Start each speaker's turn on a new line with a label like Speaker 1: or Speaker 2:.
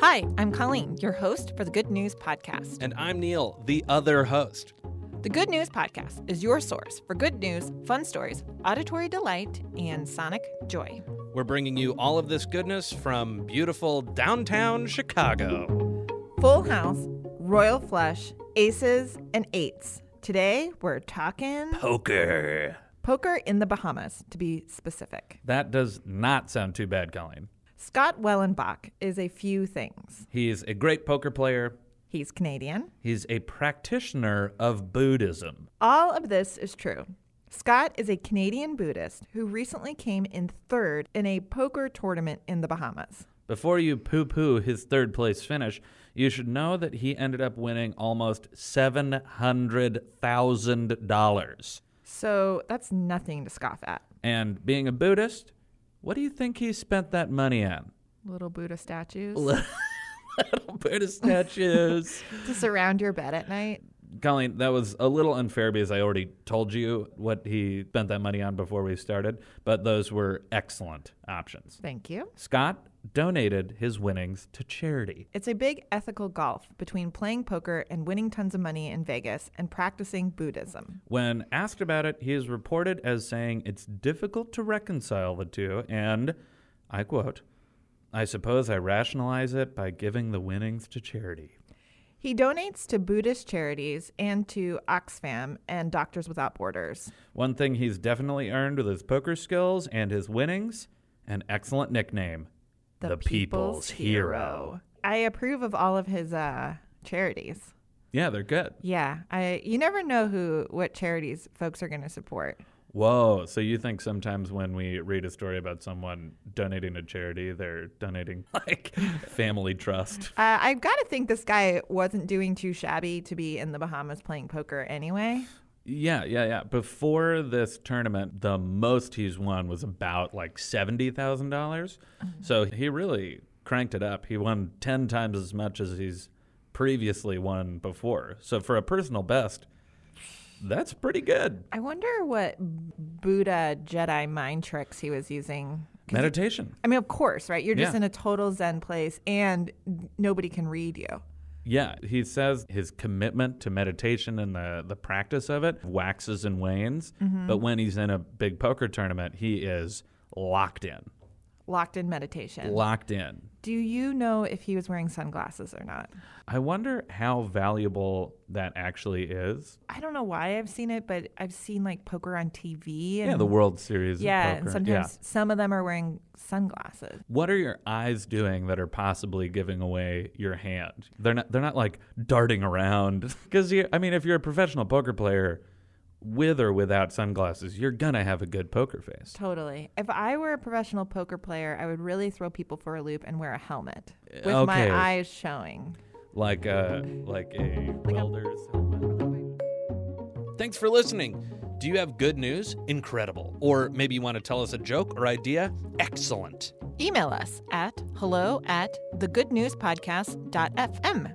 Speaker 1: Hi, I'm Colleen, your host for the Good News Podcast.
Speaker 2: And I'm Neil, the other host.
Speaker 1: The Good News Podcast is your source for good news, fun stories, auditory delight, and sonic joy.
Speaker 2: We're bringing you all of this goodness from beautiful downtown Chicago.
Speaker 3: Full House, Royal Flush, Aces, and Eights. Today we're talking
Speaker 2: Poker.
Speaker 3: poker in the Bahamas, to be specific.
Speaker 4: That does not sound too bad, Colleen.
Speaker 3: Scott Wellenbach is a few things.
Speaker 4: He is a great poker player.
Speaker 3: He's Canadian.
Speaker 4: He's a practitioner of Buddhism.
Speaker 3: All of this is true. Scott is a Canadian Buddhist who recently came in third in a poker tournament in the Bahamas.
Speaker 4: Before you poo poo his third place finish, you should know that he ended up winning almost $700,000.
Speaker 3: So that's nothing to scoff at.
Speaker 4: And being a Buddhist, what do you think he spent that money on?
Speaker 3: Little Buddha statues
Speaker 4: Little Buddha statues.
Speaker 3: to surround your bed at night.
Speaker 4: Colleen, that was a little unfair because I already told you what he spent that money on before we started, but those were excellent options.
Speaker 3: Thank you.
Speaker 4: Scott donated his winnings to charity.
Speaker 3: It's a big ethical golf between playing poker and winning tons of money in Vegas and practicing Buddhism.
Speaker 4: When asked about it, he is reported as saying it's difficult to reconcile the two, and I quote, I suppose I rationalize it by giving the winnings to charity.
Speaker 3: He donates to Buddhist charities and to Oxfam and Doctors Without Borders.
Speaker 4: One thing he's definitely earned with his poker skills and his winnings an excellent nickname
Speaker 3: I approve of all of his uh, charities.
Speaker 4: Yeah, they're good.
Speaker 3: Yeah, I you never know who what charities folks are going to support.
Speaker 4: Whoa. So you think sometimes when we read a story about someone donating to charity, they're donating like family trust?
Speaker 3: Uh, I've got to think this guy wasn't doing too shabby to be in the Bahamas playing poker anyway.
Speaker 4: Yeah, yeah, yeah. Before this tournament, the most he's won was about like seventy thousand dollars. So he really cranked it up. He won ten times as much as he's previously won before. So for a personal best, that's pretty good.
Speaker 3: I wonder what Buddha Jedi mind tricks he was using. 'Cause-
Speaker 4: Meditation.
Speaker 3: I mean, of course, right? You're just
Speaker 4: Yeah.
Speaker 3: in a total Zen place and nobody can read you.
Speaker 4: Yeah, he says his commitment to meditation and the, the practice of it waxes and wanes.
Speaker 3: Mm-hmm.
Speaker 4: But when he's in a big poker tournament, he is locked in.
Speaker 3: Locked in meditation.
Speaker 4: Locked in.
Speaker 3: Do you know if he was wearing sunglasses or not?
Speaker 4: I wonder how valuable that actually is.
Speaker 3: I don't know why I've seen it, but I've seen like poker on TV. And,
Speaker 4: Yeah, the World Series. of
Speaker 3: Yeah, and
Speaker 4: poker.
Speaker 3: sometimes
Speaker 4: Yeah.
Speaker 3: some of them are wearing sunglasses.
Speaker 4: What are your eyes doing that are possibly giving away your hand? They're not. They're not like darting around. Because I mean, if you're a professional poker player, with or without sunglasses, you're gonna have a good poker face.
Speaker 3: Totally. If I were a professional poker player, I would really throw people for a loop and wear a helmet with
Speaker 4: Okay.
Speaker 3: my eyes showing.
Speaker 4: Like
Speaker 2: uh,
Speaker 4: a like a welder's helmet.
Speaker 2: Thanks for listening. Do you have good news? Incredible. Or maybe you want to tell us a joke or idea? Excellent.
Speaker 1: Email us at hello at thegoodnewspodcast.fm.